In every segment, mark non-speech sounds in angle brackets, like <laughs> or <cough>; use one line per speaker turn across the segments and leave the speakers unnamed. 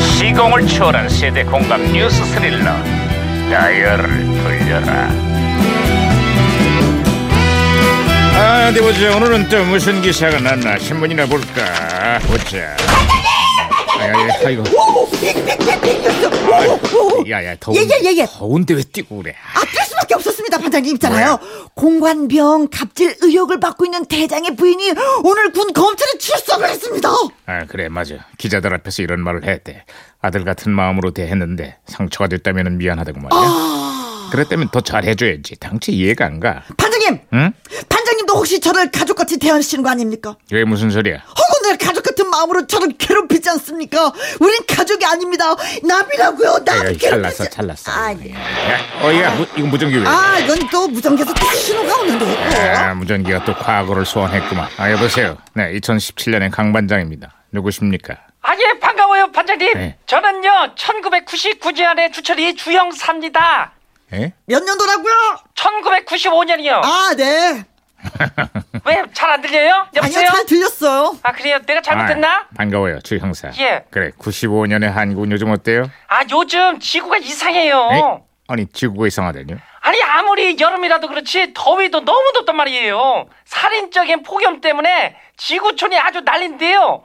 시공을 초월한 세대 공감 뉴스 스릴러 다이얼을 돌려라
아, 어디 보자. 오늘은 또 무슨 기사가 났나 신문이나 볼까. 보자. 아, 야야, 아이고. 야야, 더운.
예, 예, 예, 예.
더운데 왜 뛰고 그래?
아, 뛸 수밖에 없었습니다, 반장님 있잖아요. 공관병 갑질 의혹을 받고 있는 대장의 부인이 오늘 군 검찰에 출석을 했습니다.
아, 그래, 맞아. 기자들 앞에서 이런 말을 했대. 아들 같은 마음으로 대했는데 상처가 됐다면 미안하다고 말이야. 그랬다면 더 잘해줘야지. 당최 이해가 안 가.
반장님,
응?
반장님도 혹시 저를 가족같이 대하시는 거 아닙니까?
이게 무슨 소리야?
혹은 늘 가족 같은 마음으로 저를 괴롭히지 않습니까? 우린 가족이 아닙니다. 남이라고요. 남
에이,
괴롭히지.
잘났어, 잘났어.
아,
야, 어, 야, 무- 이거 무전기 왜? 이래?
아, 이건 또 무전기에서 또 신호가 오는데.
아, 무전기가 또 과거를 소환했구만. 아, 여보세요. 네, 2017년의 강 반장입니다. 누구십니까?
아, 예, 반가워요, 반장님.
네.
저는요, 1999년에 주철이 주영사입니다.
예?
몇 년도라고요?
1995년이요.
아, 네.
왜, 잘 안 들려요?
아니요,
여보세요?
잘 들렸어요.
아, 그래요? 내가 잘못했나?
아, 반가워요, 주 형사.
예.
그래, 95년의 한국은 요즘 어때요?
아, 요즘 지구가 이상해요.
에이?
네.
아니, 지구가 이상하다뇨?
아니, 아무리 여름이라도 그렇지, 더위도 너무 덥단 말이에요. 살인적인 폭염 때문에 지구촌이 아주 난린데요.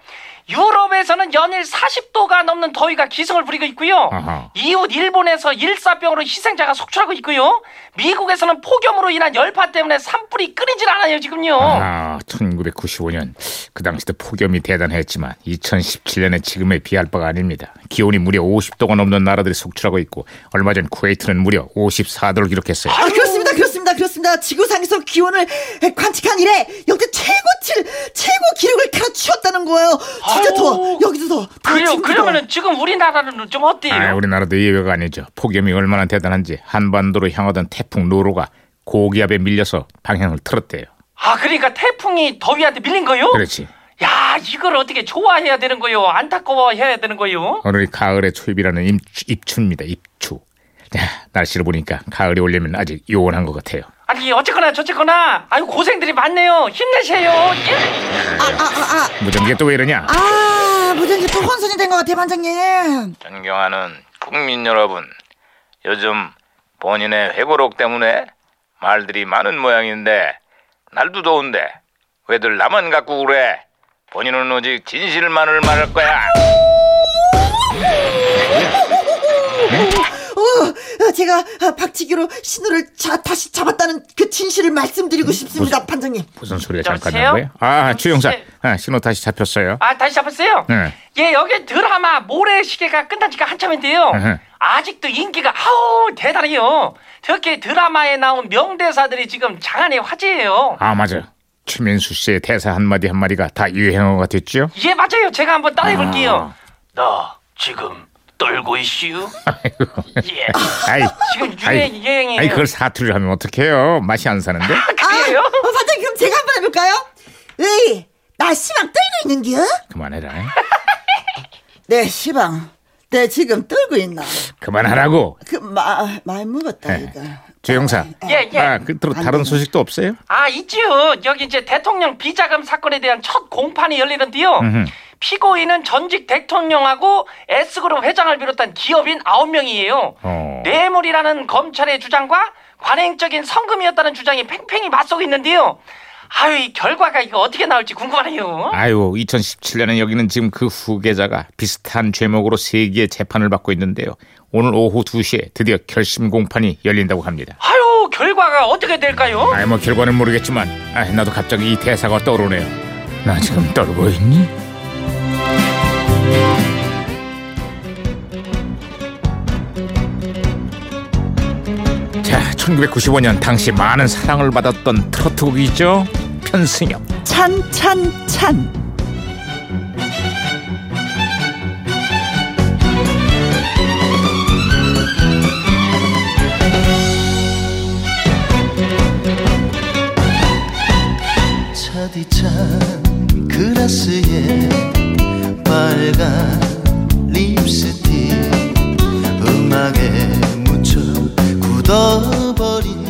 유럽에서는 연일 40도가 넘는 더위가 기승을 부리고 있고요.
아하.
이웃 일본에서 일사병으로 희생자가 속출하고 있고요. 미국에서는 폭염으로 인한 열파 때문에 산불이 끊이질 않아요 지금요.
아, 1995년. 그 당시도 폭염이 대단했지만 2017년에 지금에 비할 바가 아닙니다. 기온이 무려 50도가 넘는 나라들이 속출하고 있고 얼마 전 쿠웨이트는 무려 54도를 기록했어요.
아, 그렇습니다, 그렇습니다, 그렇습니다. 지구상에서 기온을 관측한 이래 역대 최고치를 최고 기록을 갖추었다는 거예요. 진짜
아유.
더워. 여기도 더워. 더
그래요.
지금도
그러면은 지금 우리나라는 좀 어때요?
아, 우리나라도 예외가 아니죠. 폭염이 얼마나 대단한지 한반도로 향하던 태풍 노로가 고기압에 밀려서 방향을 틀었대요.
아 그러니까 태풍이 더위한테 밀린 거요?
그렇지.
야 이걸 어떻게 좋아해야 되는 거요? 안타까워해야 되는 거요?
오늘이 가을의 초입이라는 임- 입추입니다. 입추. 야, 날씨를 보니까 가을이 오려면 아직 요원한 것 같아요.
아니 어쨌거나 저쨌거나 아유 고생들이 많네요. 힘내세요. 예?
더워.
무전기가 또 왜 이러냐?
아, 아, 아, 무전기 또 혼선이 된 것 같아, 반장님.
존경하는 국민 여러분, 요즘 본인의 회고록 때문에 말들이 많은 모양인데 날도 더운데 왜들 나만 갖고 그래? 본인은 오직 진실만을 말할 거야.
어, 어, 제가 아, 박치기로 신호를 자, 다시 잡았다는 그 진실을 말씀드리고 싶습니다, 반장님.
음, 무슨 소리가 잠깐
여보세요?
난 거야? 아, 주영사.
네.
아, 신호 다시 잡혔어요.
아 다시 잡았어요.
네.
예 여기 드라마 모래시계가 끝난 지가 한참인데요.
으흠.
아직도 인기가 아우 대단해요. 특히 드라마에 나온 명대사들이 지금 장안의 화제예요.
아, 맞아. 최민수 씨의 대사 한마디 한마디가 다 유행어가 됐죠?
예 맞아요. 제가 한번 따라해 볼게요. 나 지금 떨고 있슈. 예.
아이,
지금 유행,
아이,
유행이에요.
아이, 그걸 사투리로 하면 어떡해요? 맛이 안 사는데?
그래요?
아, 어, 반장님, 그럼 제가 한번 해볼까요? 으이, 나 시방 떨고 있는겨?
그만해라.
네, 시방. 내 지금 떨고 있나?
그만하라고.
그, 마, 말 묵었다,
예.
네.
이거.
주영사.
예, 예.
아, 그토록 다른 소식도 없어요?
아, 있지요. 여기 이제 대통령 비자금 사건에 대한 첫 공판이 열리는데요. 피고인은 전직 대통령하고 S그룹 회장을 비롯한 기업인 9명이에요.
어.
뇌물이라는 검찰의 주장과 관행적인 성금이었다는 주장이 팽팽히 맞서고 있는데요. 아유, 이 결과가 이거 어떻게 나올지 궁금하네요.
아유, 2017년에 여기는 지금 그 후계자가 비슷한 죄목으로 세개의 재판을 받고 있는데요. 오늘 오후 2시에 드디어 결심 공판이 열린다고 합니다.
아유, 결과가 어떻게 될까요?
아이 뭐 결과는 모르겠지만 아, 나도 갑자기 이 대사가 떠오르네요. 나 지금 떨고 있니? 자, 1995년 당시 많은 사랑을 받았던 트로트곡이죠. 편승엽.
찬, 찬, 찬.
차디찬 그라스에 빨간 립스틱 음악에 묻혀 굳어버린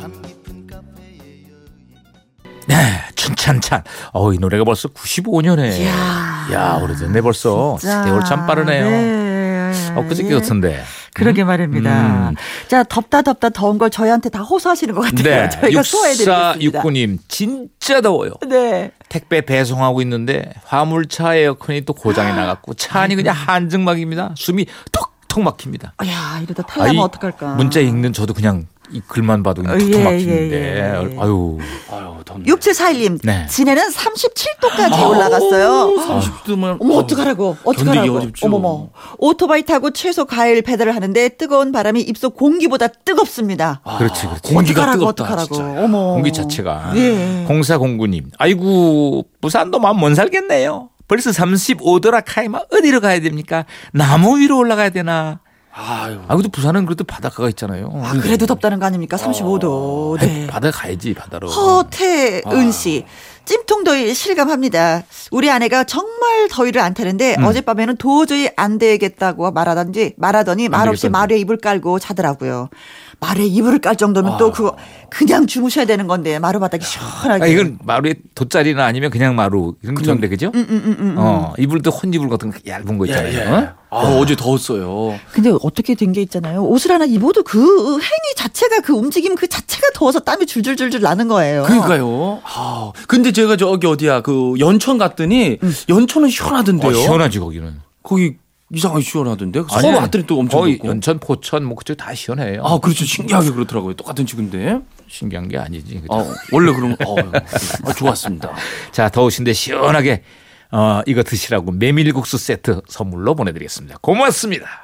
밤 깊은 카페의 여인
네, 춘찬찬. 어,
예.
이 노래가 벌써 95년에.
이야.
야, 오래됐네 벌써.
진짜.
세월 참 빠르네요.
네.
엊그저께 같은데.
음.
그러게 말입니다. 자, 덥다 덥다 더운 걸 저희한테 다 호소하시는 것 같아요.
네.
<laughs> 저희가 소화해드리겠습니다.
6469님, 진짜 더워요.
네.
택배 배송하고 있는데 화물차 에어컨이 또 고장이 나갔고 차 안이 그냥 한증막입니다. 숨이 턱턱 막힙니다.
야, 이러다 탈
아,
나면
이
어떡할까.
문자 읽는 저도 그냥 이 글만 봐도 그냥 턱턱
예,
막히는데.
예, 예.
아유.
6741님,
네.
진해는 37도까지 올라갔어요.
30도면
어머 어떡하라고 어떡하라고
견디기 어렵죠.
어머머 오토바이 타고 채소 과일 배달을 하는데 뜨거운 바람이 입속 공기보다 뜨겁습니다
그렇지, 그렇지.
아, 공기가
어떡하라고
뜨겁다
어떡하라고
진짜.
어머
공기 자체가
예.
공사공구님 아이고 부산도 맘 못 살겠네요 벌써 35도라 카이마 어디로 가야 됩니까 나무 위로 올라가야 되나
아유.
아 그래도 부산은 그래도 바닷가가 있잖아요
아, 그래도 덥다는 거 아닙니까
어.
35도 네.
바다 가야지 바다로
허태은 씨. 찜통 더위 실감합니다. 우리 아내가 정말 더위를 안 타는데 어젯밤에는 도저히 안 되겠다고 말하던지 말하더니 말없이
되겠다는데.
말에 이불 깔고 자더라고요. 말에 이불을 깔 정도면 또 그거 그냥 주무셔야 되는 건데 마루 바닥이 시원하게.
아, 이건 마루에 돗자리나 아니면 그냥 마루 이런 건데 그죠?
음,
어 이불도 혼이불 같은 거 얇은 거 있잖아요. 어?
아, 어제 더웠어요.
아.
근데 어떻게 된 게 있잖아요. 옷을 하나 입어도 그 행위 자체가 그 움직임 그 자체가 더워서 땀이 줄줄줄줄 나는 거예요.
그러니까요. 아, 근데 제가 저기 어디야 그 연천 갔더니 연천은 시원하던데요.
어, 음. 시원하지 거기는.
거기 이상하게 시원하던데.
아니,
서울 아들이 또 엄청
거의
덥고.
연천 포천 뭐 그쪽 다 시원해요.
아, 그렇죠. 신기하게 그렇더라고요. 똑같은 지구인데.
신기한 게 아니지. 그죠?
아, 원래 그런 거. 어, 아, 좋았습니다.
자, 더우신데 시원하게 어, 이거 드시라고 메밀국수 세트 선물로 보내드리겠습니다. 고맙습니다.